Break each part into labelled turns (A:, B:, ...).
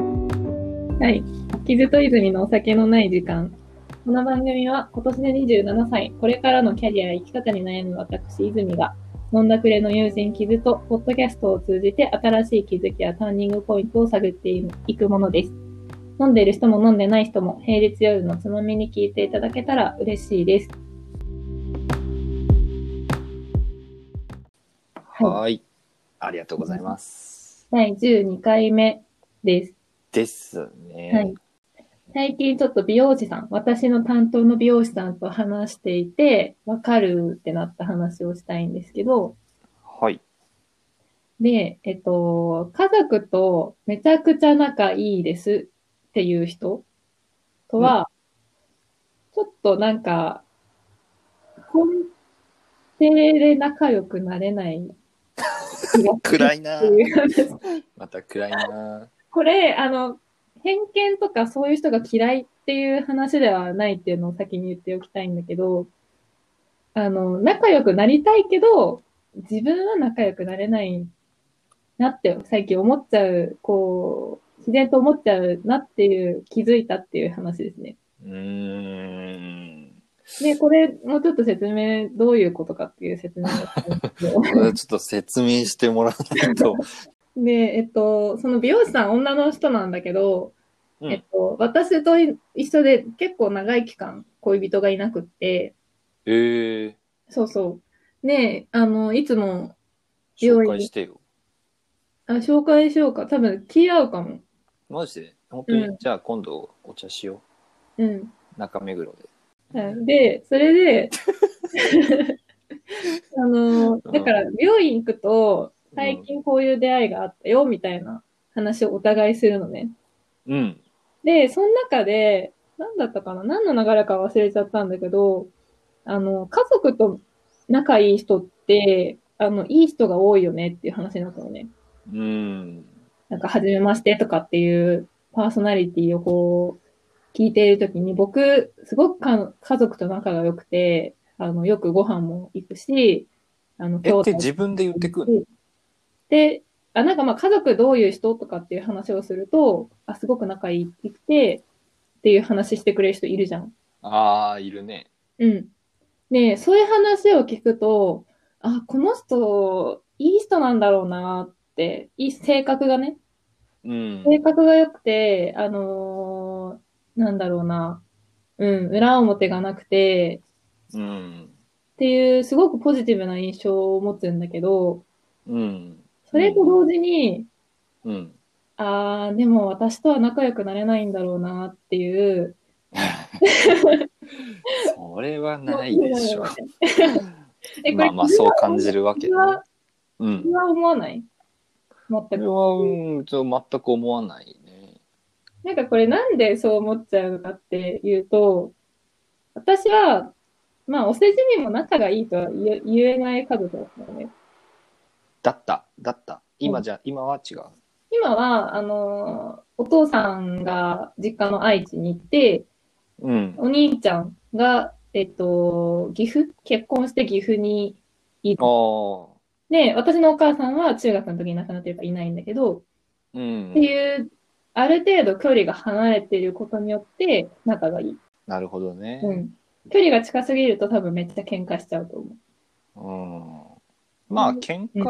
A: はい。傷と泉のお酒のない時間。この番組は今年で27歳、これからのキャリアや生き方に悩む私、泉が、飲んだくれの友人傷と、ポッドキャストを通じて新しい気づきやターニングポイントを探っていくものです。飲んでいる人も飲んでない人も、平日夜のつまみに聞いていただけたら嬉しいです。はい
B: はい。ありがとうございます。
A: 第12回目です。
B: ですね。
A: はい。最近ちょっと美容師さん、私の担当の美容師さんと話していて、わかるってなった話をしたいんですけど、
B: はい。
A: で、えっと、家族とめちゃくちゃ仲いいですっていう人とは、ちょっとなんか、根底で仲良くなれない気がする
B: 暗い な
A: っていう話
B: また暗いな
A: これ、あの、偏見とかそういう人が嫌いっていう話ではないっていうのを先に言っておきたいんだけど、あの、仲良くなりたいけど、自分は仲良くなれないなって最近思っちゃう、こう、自然と思っちゃうなっていう、気づいたっていう話ですね。
B: うーん。
A: で、これ、もうちょっと説明、どういうことかっていう説明だったんですけど
B: これはちょっと説明してもらわない と。
A: で、えっと、その美容師さん、女の人なんだけど、
B: うん
A: えっと、私とい一緒で結構長い期間恋人がいなくって、
B: ええ
A: そうそう。ねあの、いつも、
B: ー。紹介してよ。
A: あ、紹介しようか。多分、気合うかも。
B: マジで本当に、
A: うん
B: じゃあ今度お茶しよ
A: うん。
B: う。中目黒で。
A: はいで、それ で、あの、だから、病院行くと、最近こういう出会いがあったよ、みたいな話をお互いするのね。
B: うん。
A: で、その中で、何だったかな何の流れか忘れちゃったんだけど、あの、家族と仲いい人って、あの、いい人が多いよねっていう話になったのね。
B: うん。
A: なんか、初めましてとかっていうパーソナリティをこう、聞いているときに、僕、すごくか家族と仲が良くて、あの、よくご飯も行くし、あの、
B: え、って
A: も
B: 自分で言ってくん
A: うんで、あ、なんかまあ家族どういう人とかっていう話をすると、あ、すごく仲いいってきて、っていう話してくれる人いるじゃん。
B: ああ、いるね。
A: うん。で、そういう話を聞くと、あ、この人、いい人なんだろうなって、いい性格がね、
B: うん。
A: 性格が良くて、あのーなんだろうな、うん、裏表がなくて、
B: うん。
A: っていう、すごくポジティブな印象を持つんだけど、
B: うん。
A: それと同時に、
B: うん。
A: ああ、でも私とは仲良くなれないんだろうなっていう。
B: それはないでしょ。
A: え、こ
B: ま
A: れ、
B: あまあ、そう感じるわけ
A: 君
B: ね。
A: は、
B: うん
A: 君。は思わない
B: そ
A: 全
B: れ
A: く。
B: は、うん、ちょ全く思わないね。
A: なんかこれなんでそう思っちゃうのかっていうと、私は、まあ、お世辞にも仲がいいとは言え言えない家族だったのね。
B: だった、だった。今じゃ、今は違う。
A: 今は、あのーお父さんが実家の愛知に行って、
B: うん。
A: お兄ちゃんが、えっと、岐阜結婚して岐阜に行
B: あ
A: っ
B: あ、
A: で、私のお母さんは中学の時に亡くなってるからいないんだけど、
B: う
A: って
B: ん。
A: いう、ある程度距離が離れていることによって仲がいい。
B: なるほどね。
A: うん。距離が近すぎると多分めっちゃ喧嘩しちゃうと思う。
B: うん。まあ、喧嘩、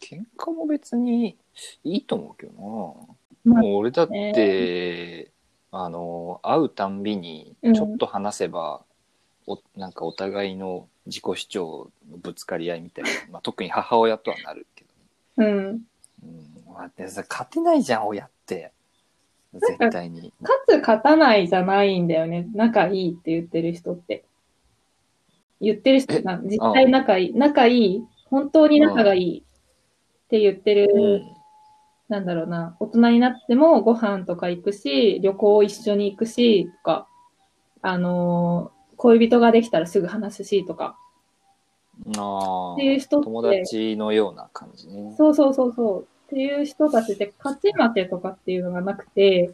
B: 喧嘩も別にいいと思うけどな。も
A: まあ
B: う俺だって、あの、会うたんびに、
A: うん
B: ちょっと話せば、おなんかお互いの自己主張のぶつかり合いみたいな、まあ、特に母親とはなるけ
A: う
B: ど。
A: ん。
B: うん、まあでさ勝てないじゃん、親って。
A: ん
B: 絶
A: か
B: 対に。
A: 勝つ勝たないじゃないんだよね。仲いいって言ってる人って。言ってる人な、実際仲いい、仲いい、本当に仲がいいって言ってる、
B: うん。
A: なんだろうな、大人になってもご飯とか行くし、旅行一緒に行くし、とか、あのー恋人ができたらすぐ話すし、とか。
B: ああ。
A: っていう人って
B: 友達のような感じね。
A: そうそうそうそう。っていう人たちって勝ち負けとかっていうのがなくて、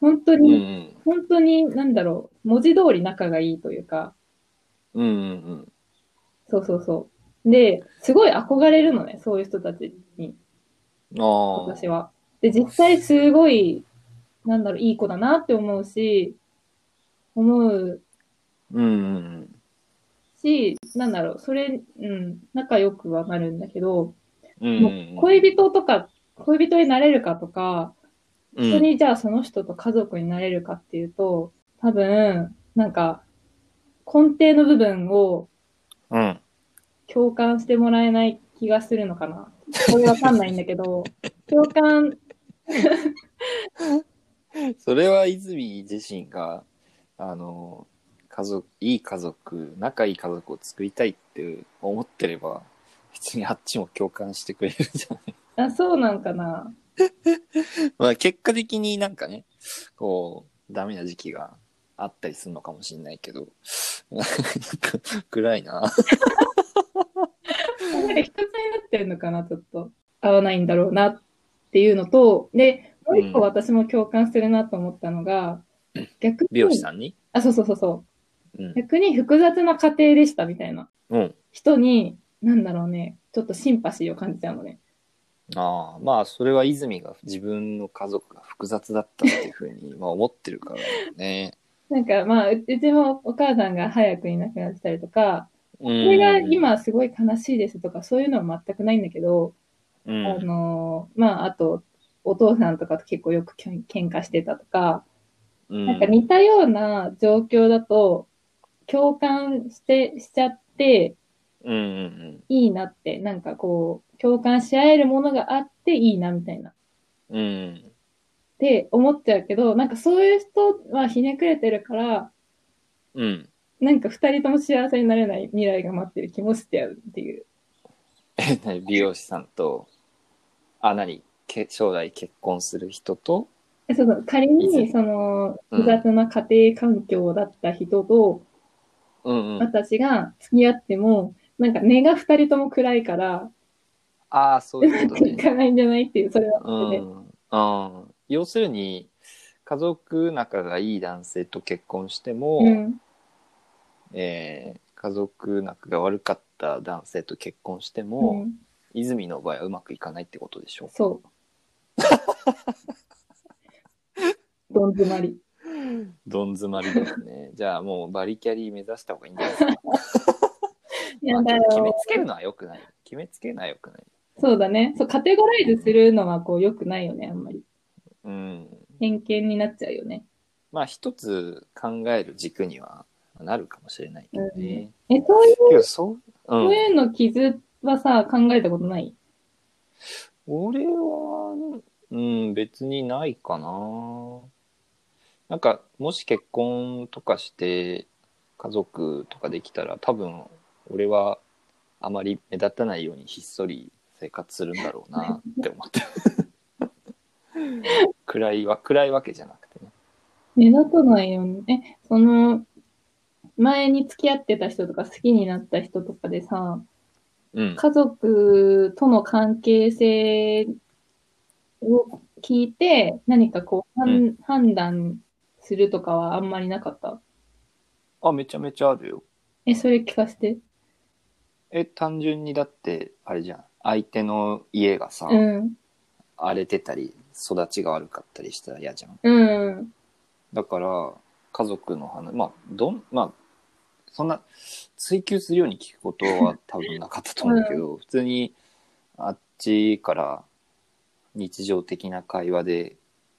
A: 本当
B: うんう
A: に、
B: ん。
A: 本当に、なんだろう、文字通り仲がいいというか、
B: うんうん
A: そうそうそう。で、すごい憧れるのね、そういう人たちに、
B: うん。ああ。
A: 私は。で、実際すごいなんだろう、いい子だなって思うし、思う
B: うんうん
A: し、なんだろう、それ、うん、仲良くはなるんだけど、
B: うん。うんうんうん、
A: 恋人とか、恋人になれるかとか、
B: う
A: 本当
B: ん、
A: にじゃあその人と家族になれるかっていうと、多分、なんか、根底の部分を
B: うん。
A: 共感してもらえない気がするのかな。これわかんないんだけ ど、共感、
B: それは泉自身が、あの、家族、いい家族、仲いい家族を作りたいって思ってれば、別にあっちも共感してくれるんじゃない
A: あそうなんかな。
B: まあ結果的になんかね、こう、ダメな時期があったりするのかもしれないけど、 なんか暗 いな。
A: なんか複雑になってるのかな、ちょっと。合わないんだろうなっていうのと、で、もう一個
B: うん
A: 私も共感するなと思ったのが、逆に、
B: 美容師さんに
A: あ、そうそうそうそう。
B: うん。
A: 逆に複雑な家庭でしたみたいな
B: うん。
A: 人に、なんだろうね、ちょっとシンパシーを感じちゃうのね。
B: ああ、まあそれは泉が自分の家族が複雑だったっていうふうに、 まあ思ってるからね。
A: なんかまあ、ううちもお母さんが早くいなくなってたりとか、
B: う
A: こ
B: ん。
A: れが今すごい悲しいですとか、そういうのは全くないんだけど、
B: う
A: あ
B: ん、
A: のーまあ、あと、お父さんとかと結構よくけん喧嘩してたとか、
B: うん。
A: なんか似たような状況だと、共感して、しちゃって、
B: うんうん
A: いいなって、なんかこう、共感し合えるものがあっていいなみたいな。
B: うん。う
A: っ
B: ん。
A: て思っちゃうけど、なんかそういう人はひねくれてるから、
B: うん。
A: なんか二人とも幸せになれない未来が待ってる気もしてやるっていう。
B: え何美容師さんと、あ、何け将来結婚する人と、
A: えそうそう仮
B: いいで
A: に、
B: す
A: その、
B: うん
A: 複雑な家庭環境だった人と、
B: うんうん。
A: 私が付き合っても、なんか根が二人とも暗いから、
B: ああ、そう
A: う
B: いう
A: ま
B: こと
A: くい
B: ね。
A: かないんじゃないっていう、それは
B: う
A: それで。
B: ん。うん。要するに、家族仲がいい男性と結婚しても、
A: うん。
B: えー家族仲が悪かった男性と結婚して
A: う
B: も、
A: ん。
B: 泉の場合はうまくいかないってことでしょ
A: そう。どん詰まり。
B: どん詰まりです ね。じゃあもうバリキャリー目指した方がいいんじゃないですか。
A: や
B: ま
A: だ
B: あ
A: よ。
B: 決めつけるのは良くない。決めつけるのは良くない。
A: そうだね。そう、カテゴライズするのはこう、良くないよね、あんまり。
B: うん。
A: 偏見になっちゃうよね。
B: まあ一つ考える軸にはなるかもしれないけどね。
A: え、そういう、
B: けどそう、う、
A: そうんいうの傷はさ、考えたことない
B: 俺は、うん、別にないかな。なんかもし結婚とかして家族とかできたら多分俺はあまり目立たないようにひっそり生活するんだろ うなって思って。暗いわ暗いわけじゃなくてね。
A: 目立たないよね。え、その、前に付き合ってた人とか好きになった人とかでさ、
B: うん。
A: 家族との関係性を聞いて、何かこう、判
B: う
A: 判断するとかはあんまりなかった。
B: あ、めちゃめちゃあるよ。
A: え、それ聞かせて。
B: え単純にだってあれじゃん相手の家がさ、
A: うん。
B: 荒れてたり育ちが悪かったりしたら嫌じゃん
A: うん。
B: だから家族の話まあどんまあそんな追求するように聞くこと は多分なかったと思うけど、普通にあっちから日常的な会話で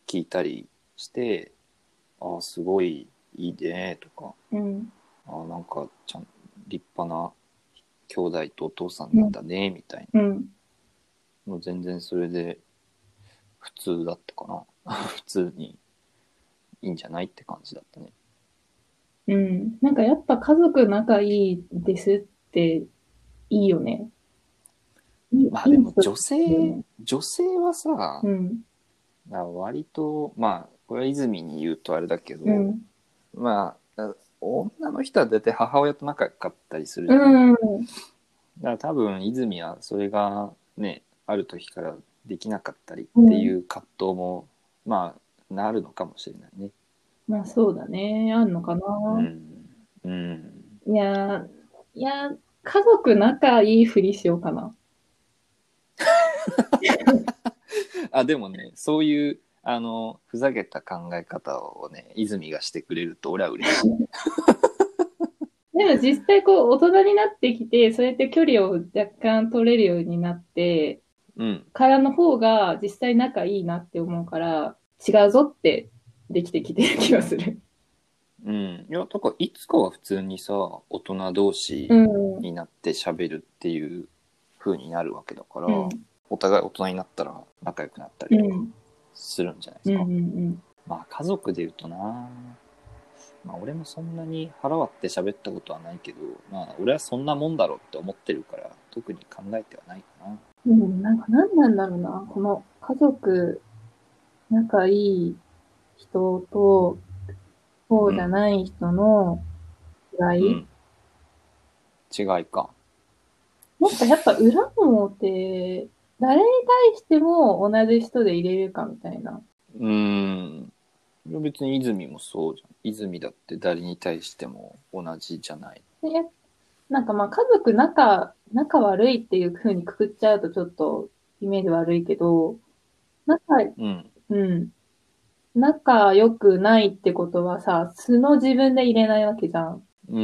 B: 聞いたりして「ああすごいいいね」とか
A: うん。
B: 「ああなんかちゃん立派な兄弟とお父さんなんだね」みたいな。
A: うん。
B: もう全然それで普通だったかな。 普通にいいんじゃないって感じだったね。
A: うん。なんかやっぱ家族仲いいですっていいよね。いい
B: まあで
A: い
B: も
A: い
B: 女性、女性はさ
A: う、ん。
B: 割と、まあ、これは泉に言うとあれだけど、
A: うん。
B: まあ、女の人は大体母親と仲良かったりするじゃん。だ
A: うん。
B: から多分泉はそれがね、ある時からできなかったりっていう葛藤も、まあ、なるのかもしれないね。
A: まあそうだね。あんのかな。
B: うん。うん。
A: いやー、いやー、家族仲いいふりしようかな。
B: あでもねそういうあのふざけた考え方をね泉がしてくれると俺は嬉しい。
A: でも実際こう大人になってきて、そうやって距離を若干取れるようになって、
B: うん、
A: からの方が実際仲いいなって思うから、違うぞってできてきてる気がする。
B: うん、いやだからいつかは普通にさ大人同士
A: うん。うん
B: になって喋るっていう風になるわけだから、お互い大人になったら仲良くなった
A: う
B: り
A: ん。う
B: とか
A: ん
B: するんじゃない。
A: う
B: です
A: ん
B: か。
A: うん。
B: まあ家族で言うとな、まあ、俺もそんなに腹割って喋ったことはないけど、まあ、俺はそんなもんだろうって思ってるから特に考えてはないかな。
A: うん、なんか何なんだろうな、この家族、仲いい人と、そうじゃない人の違い。
B: うん、違いか。
A: なんかやっぱ裏表、誰に対しても同じ人でいれるかみたいな。
B: うーん。いや別に泉もそうじゃん。泉だって誰に対しても同じじゃない。
A: でやなんかまあ家族仲、仲悪いっていう風にくくっちゃうとちょっとイメージ悪いけど、仲
B: うん。
A: うん。仲良くないってことはさ、素の自分で入れないわけじゃん。
B: う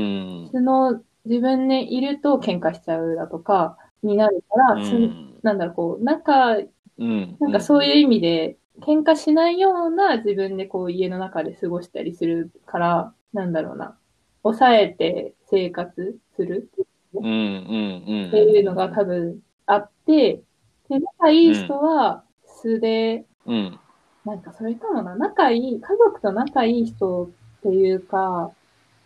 B: ん。
A: 素の自分でいると喧嘩しちゃうだとか、になるから、
B: う
A: 素
B: ん。
A: なんだろう、こう、仲、
B: うん。
A: なんかそういうう意味で、喧嘩しないような自分でこう家の中で過ごしたりするから、なんだろうな、抑えて生活する
B: ん。うん。うん。
A: っていうのが多分あって、で、仲いい人は素で、
B: うん。
A: なんかそれかもな、仲いい、家族と仲いい人っていうか、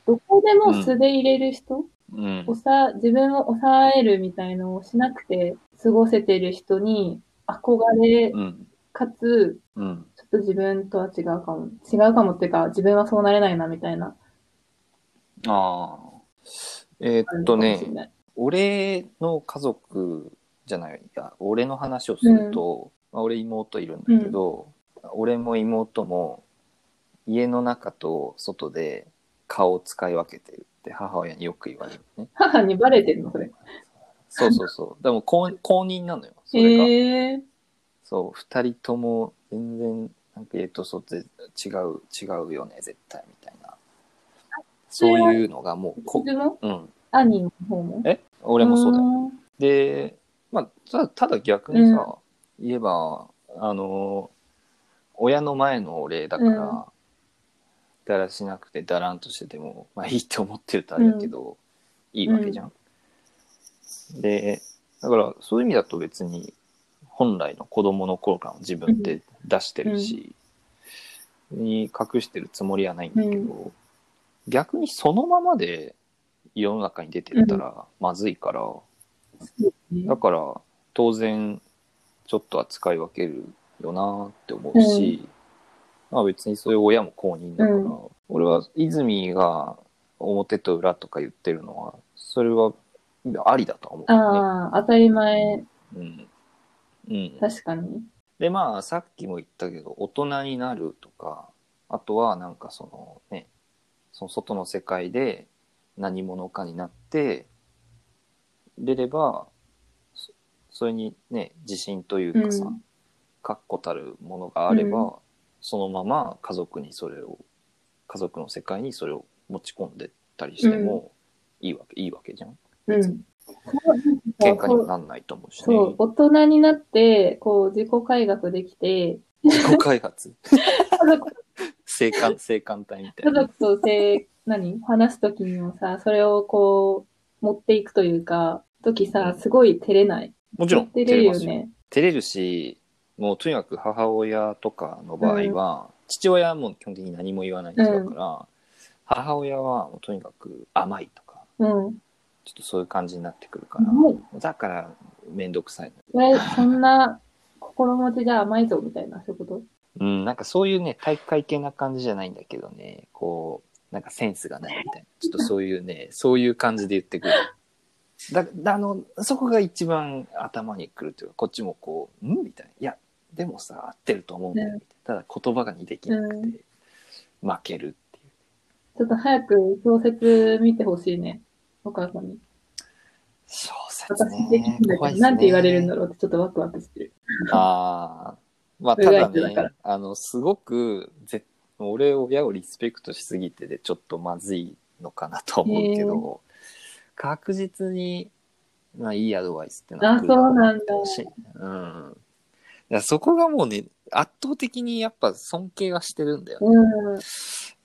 A: どこでも素で入れる人、
B: うん。
A: おさ自分を抑えるみたいのをしなくて過ごせてる人に憧れ、
B: うん。
A: かつ、
B: うん。
A: ちょっと自分とは違うかも。違うかもっていうか、自分はそうなれないなみたいな。
B: ああ。えーっと
A: あるのかもしれ
B: ね、
A: ない
B: 俺の家族じゃない、いや俺の話をすると、まあ、俺妹いるんだけど、俺も妹も家の中と外で顔を使い分けてるって母親によく言われるね。
A: 母にバレてるの、それ。
B: そうそうそう。でも公公認なのよ。それが。
A: へえ
B: そう、二人とも全然、なんか家と外で違う、違うよね、絶対みたいな。そういうのがもう
A: ー。
B: こ、
A: 自分も
B: うん。
A: 兄の方も
B: え俺もそうだよ。
A: よ。
B: で、まあ、たただ逆にさ、言えば、あの、親の前のお礼だから、
A: うん
B: だらしなくてだらんとしてても、まあいいと思ってるとあれだけど、いいわけじゃん。で、だからそういう意味だと別に、本来の子供の頃からの自分って出してるし、に隠してるつもりはないんだけど、逆にそのままで世の中に出てったらまずいから、だから当然ちょっとは使い分けるよなって思うし、まあ別にそういう親も公認だから、
A: うん
B: 俺は泉が表と裏とか言ってるのはそれはありだとは思う
A: ああ、当たり前、
B: ね。うんうん、
A: 確かに。
B: でまあさっきも言ったけど大人になるとかあとはなんかそのねその外の世界で何者かになって出ればそそれにね自信というかさ、
A: うん
B: 確固たるものがあれば、
A: う
B: そのまま家族にそれを家族の世界にそれを持ち込んでったりしてもいいわけ、いいわけじゃん
A: うん。
B: 喧嘩にもなんないと思うしね
A: そう、大人になって、こう、自己改革できて、
B: 自己開発
A: 家族、
B: 生還生還体みた
A: 家
B: いな。
A: 族とせ、何話すときにもさ、それをこう、持っていくというか、時さ、すごい照れない。
B: もちろん、
A: 照れ
B: 照
A: る
B: れ
A: よ
B: ますよ。
A: ね。
B: 照れるし、もうとにかく母親とかの場合は、父親はもう基本的に何も言わない人だから、母親はもうとにかく甘いとか、
A: うん。
B: ちょっとそういう感じになってくるから、
A: はい
B: だからめんどくさいの。
A: え、そんな心持ちじゃ甘いぞ、みたいな、そういうこと
B: うん、なんかそういうね、体育会系な感じじゃないんだけどね、こう、なんかセンスがないみたいな、ちょっとそういうね、そういう感じで言ってくる。だ、だあの、そこが一番頭にくるというか、こっちもこう、んみたいな。いや、でもさ、合ってると思うんだよ、みたいな。ただ言葉がにできなくて、負けるっていう。
A: ちょっと早く小説見てほしいね。お母さんに。
B: 小説
A: 私でき
B: ね
A: るんだ
B: 怖い
A: けど、
B: っすね。
A: なんて言われるんだろうってちょっとワクワクしてる。
B: ああ、まあ、
A: すご
B: た
A: い
B: だ
A: 人だか
B: ね
A: ら、
B: あの、すごく、ぜ俺、親をリスペクトしすぎてで、ちょっとまずいのかなと思うけど、確実に、まあ、いいアドバイスって
A: あ、
B: な
A: そ
B: る
A: うなんだ。
B: し、うん。だからそこがもうね、圧倒的にやっぱ尊敬はしてるんだよね。
A: うん。
B: だか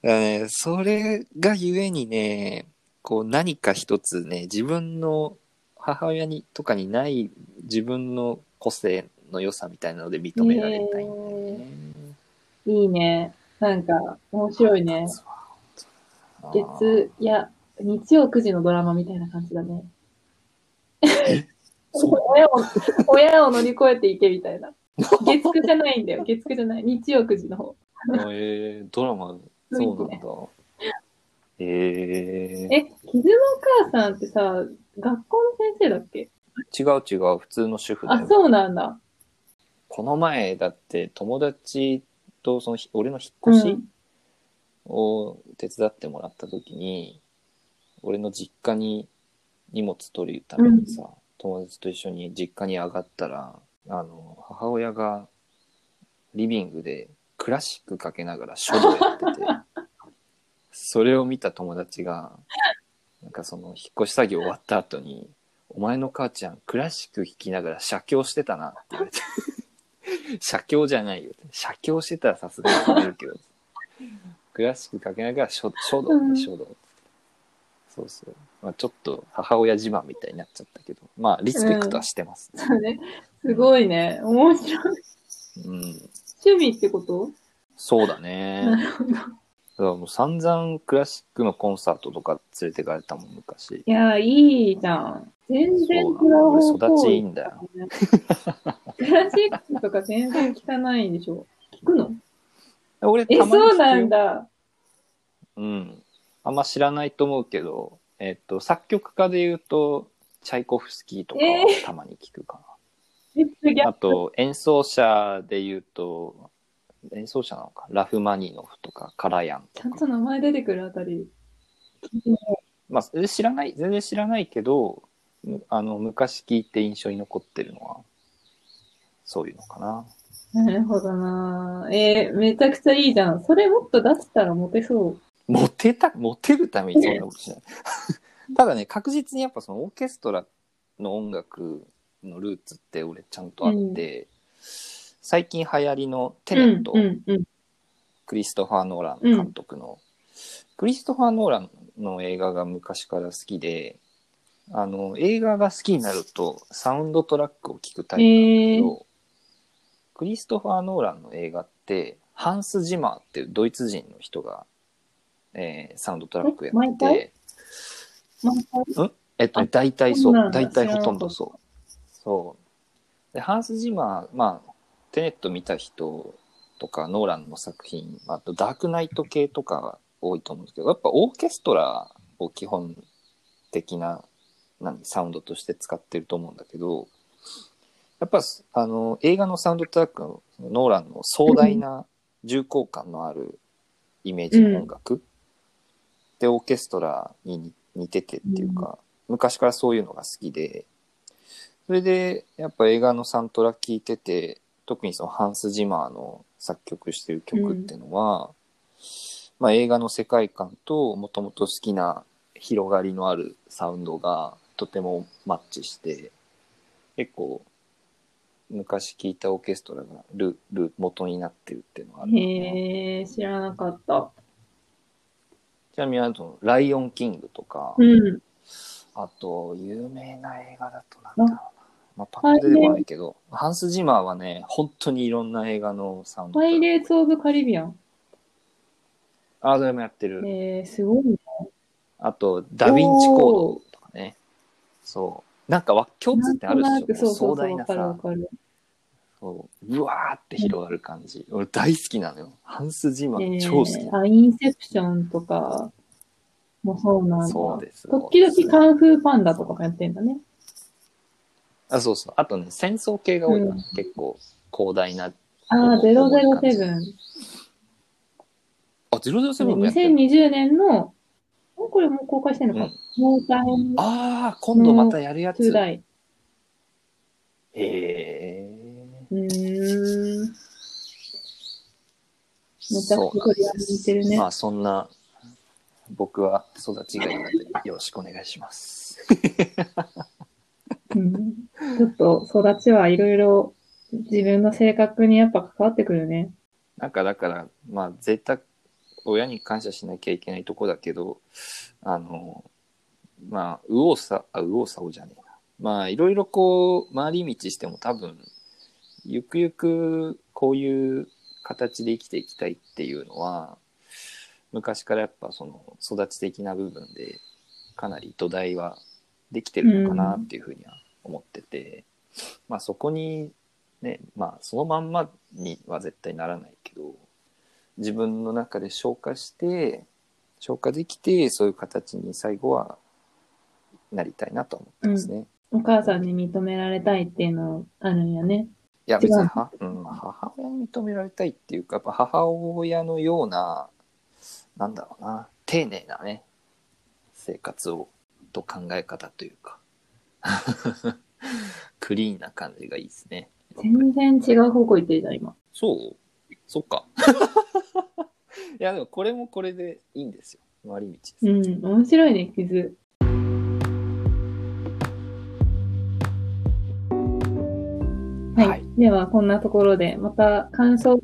B: らねそれがゆえにね、こう何か一つね、自分の母親にとかにない自分の個性の良さみたいなので認められたいんだよね。
A: いいね。なんか、面白いね。
B: あー。
A: 月、いや、日曜9時のドラマみたいな感じだね。
B: そう
A: 親を、 親を乗り越えていけみたいな。月9じゃないん だよ。月9じゃない。日曜9時の方。
B: えードラマ、そうなんだ。えー、
A: え、キズのお母さんってさ、学校の先生だっけ
B: 違う違う、普通の主婦だ
A: あ、
B: よ。
A: そうなんだ。
B: この前だって友達とそのひ俺の引
A: う
B: っ
A: ん
B: 越しを手伝ってもらった時に、俺の実家に荷物取るためにさ、友達と一緒に実家に上がったらあの母親がリビングでクラシックかけながら書道やっててそれを見た友達がなんかその引っ越し作業終わった後に「お前の母ちゃんクラシック弾きながら写経してたな」って言われて「 写経じゃないよ」写経してたらさすがに止めるけどクラシックかけながら書書道
A: うん
B: ね書道、そうそう、まあ、ちょっと母親自慢みたいになっちゃったけどまあリスペクトはしてます、ね
A: そうね。すごいね。面白い。
B: うん
A: 趣味ってこと
B: そうだね
A: なるほど。い
B: だからもう散々クラシックのコンサートとか連れてかれたもん昔
A: や、いいじゃん。全然違う
B: そ
A: 方
B: うなの
A: 向
B: 俺育ちいいんだよ。
A: クラシックとか全然聞かないんでしょ。聞くの
B: 俺
A: え、
B: たまに
A: そうな
B: 聞
A: ん
B: くよ
A: だ。
B: うんあんま知らないと思うけどえっと作曲家で言うとチャイコフスキーとかはたまに聞くか
A: え、すげ
B: な、
A: え
B: あと演奏者で言うと演奏者なのかラフマニノフとかカラヤン
A: ち
B: とか
A: ゃんと名前出てくるあたり。
B: まあ、全然知らない、全然知らないけど、むあの、昔聞いて印象に残ってるのは、そういうのかな。
A: なるほどなぁえーめちゃくちゃいいじゃん。それもっと出したらモテそう。
B: モテた、モテるためにそんなこと しない。ただね、確実にやっぱそのオーケストラの音楽のルーツって俺ちゃんとあって、最近流行りのテネット、
A: うん、うん、
B: クリストファー・ノーラン監督の、クリストファー・ノーランの映画が昔から好きで、あの、映画が好きになるとサウンドトラックを聞くタイプ
A: え
B: け
A: ー、
B: どクリストファー・ノーランの映画ってハンス・ジマーっていうドイツ人の人が、えーサウンドトラックや
A: 毎
B: って
A: 回
B: て
A: まあ
B: えっと
A: あ
B: 大体
A: そ
B: そう
A: なん
B: う
A: だ
B: 大体
A: 知らな
B: ほ
A: かった
B: とんどそうそうでハンス・ジマーまあテネット見た人とかノーランの作品あとダークナイト系とかが多いと思うんですけどやっぱオーケストラを基本的な何サウンドとして使ってると思うんだけどやっぱあの映画のサウンドトラックのそのノーランの壮大な重厚感のあるイメージの音楽、でオーケストラに似似ててっていうか、昔からそういうのが好きでそれでやっぱ映画のサントラ聴いてて特にそのハンス・ジマーの作曲してる曲っていうのは、まあ、映画の世界観ともともと好きな広がりのあるサウンドがとてもマッチして結構昔聴いたオーケストラがルル元になってるっていうのがあるかな
A: へえー、知らなかった。
B: ちなみにあの「ライオンキング」とか、
A: うん。
B: あと有名な映画だとなんだろうな、まあ、パ
A: パイレ
B: ッと出てこないけど、ハンス・ジマーはね本当にいろんな映画のサウンド
A: パイレーツ・オブ・カリビアン。
B: あそれもやってる、
A: えー、すごいね。
B: あと「ダ・ヴィンチ・コード」とかねそうなんかわ共通ってある
A: なんと
B: で
A: なく
B: しょ
A: そうそうそ
B: 壮
A: う、
B: 大
A: わ
B: な
A: かるわ
B: さ
A: かる。
B: そううわーって広がる感じ、俺大好きなのよハンス・ジマ
A: え
B: ー
A: ー
B: 超好きなの、
A: あ、インセプションとかもそうなんだ。
B: そうです
A: 時々カンフーパンダとかもやってんだね。
B: あそうそうあとね戦争系が多いか
A: う
B: ら、
A: ん
B: 結構広大な
A: ああ、
B: そうそう
A: 007。
B: あ007もやってる
A: 2020年の、おこれもう公開してんのか、モータイム
B: ああ、今度またやるや
A: 2
B: つ。へ
A: 代。
B: え。
A: うーん。めちゃくちゃ取り上げてるね。
B: まあそんな僕は育ちがいいのでよろしくお願いします。
A: うんちょっと育ちはいろいろ自分の性格にやっぱ関わってくるね。
B: なんかだからまあ絶対親に感謝しなきゃいけないとこだけどあのまあ右往左あ右往左往じゃねえなまあいろいろこう回り道しても多分ゆくゆくこういう形で生きていきたいっていうのは昔からやっぱその育ち的な部分でかなり土台はできてるのかなっていうふうには思ってて、まあそこにねまあそのまんまには絶対ならないけど自分の中で消化して消化できてそういう形に最後はなりたいなとは思ってますね。い
A: お母さんに認められたいっていうのあるんやね。
B: や
A: 違う
B: 別には、うん、母親に認められたいっていうかやっぱ母親のようななんだろうな丁寧なね生活をと考え方というか クリーンな感じがいいですね。
A: 全然違う方向行ってるじゃん、今。
B: そうそっか。 いやでもこれもこれでいいんですよ。回り道です。
A: うん、面白いね、傷。はい。
B: はい
A: では、こんなところで、また感想を。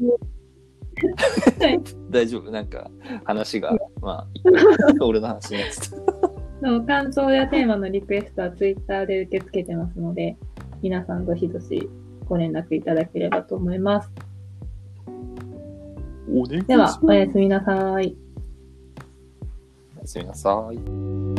B: 大丈夫なんか話が、まあ、俺の話になって た。
A: そう感想やテーマのリクエストは Twitter で受け付けてますので、皆さんどしどしご連絡いただければと思います。
B: お願いし
A: で
B: ま
A: は
B: す。、
A: おやすみなさい。
B: おやすみなさい。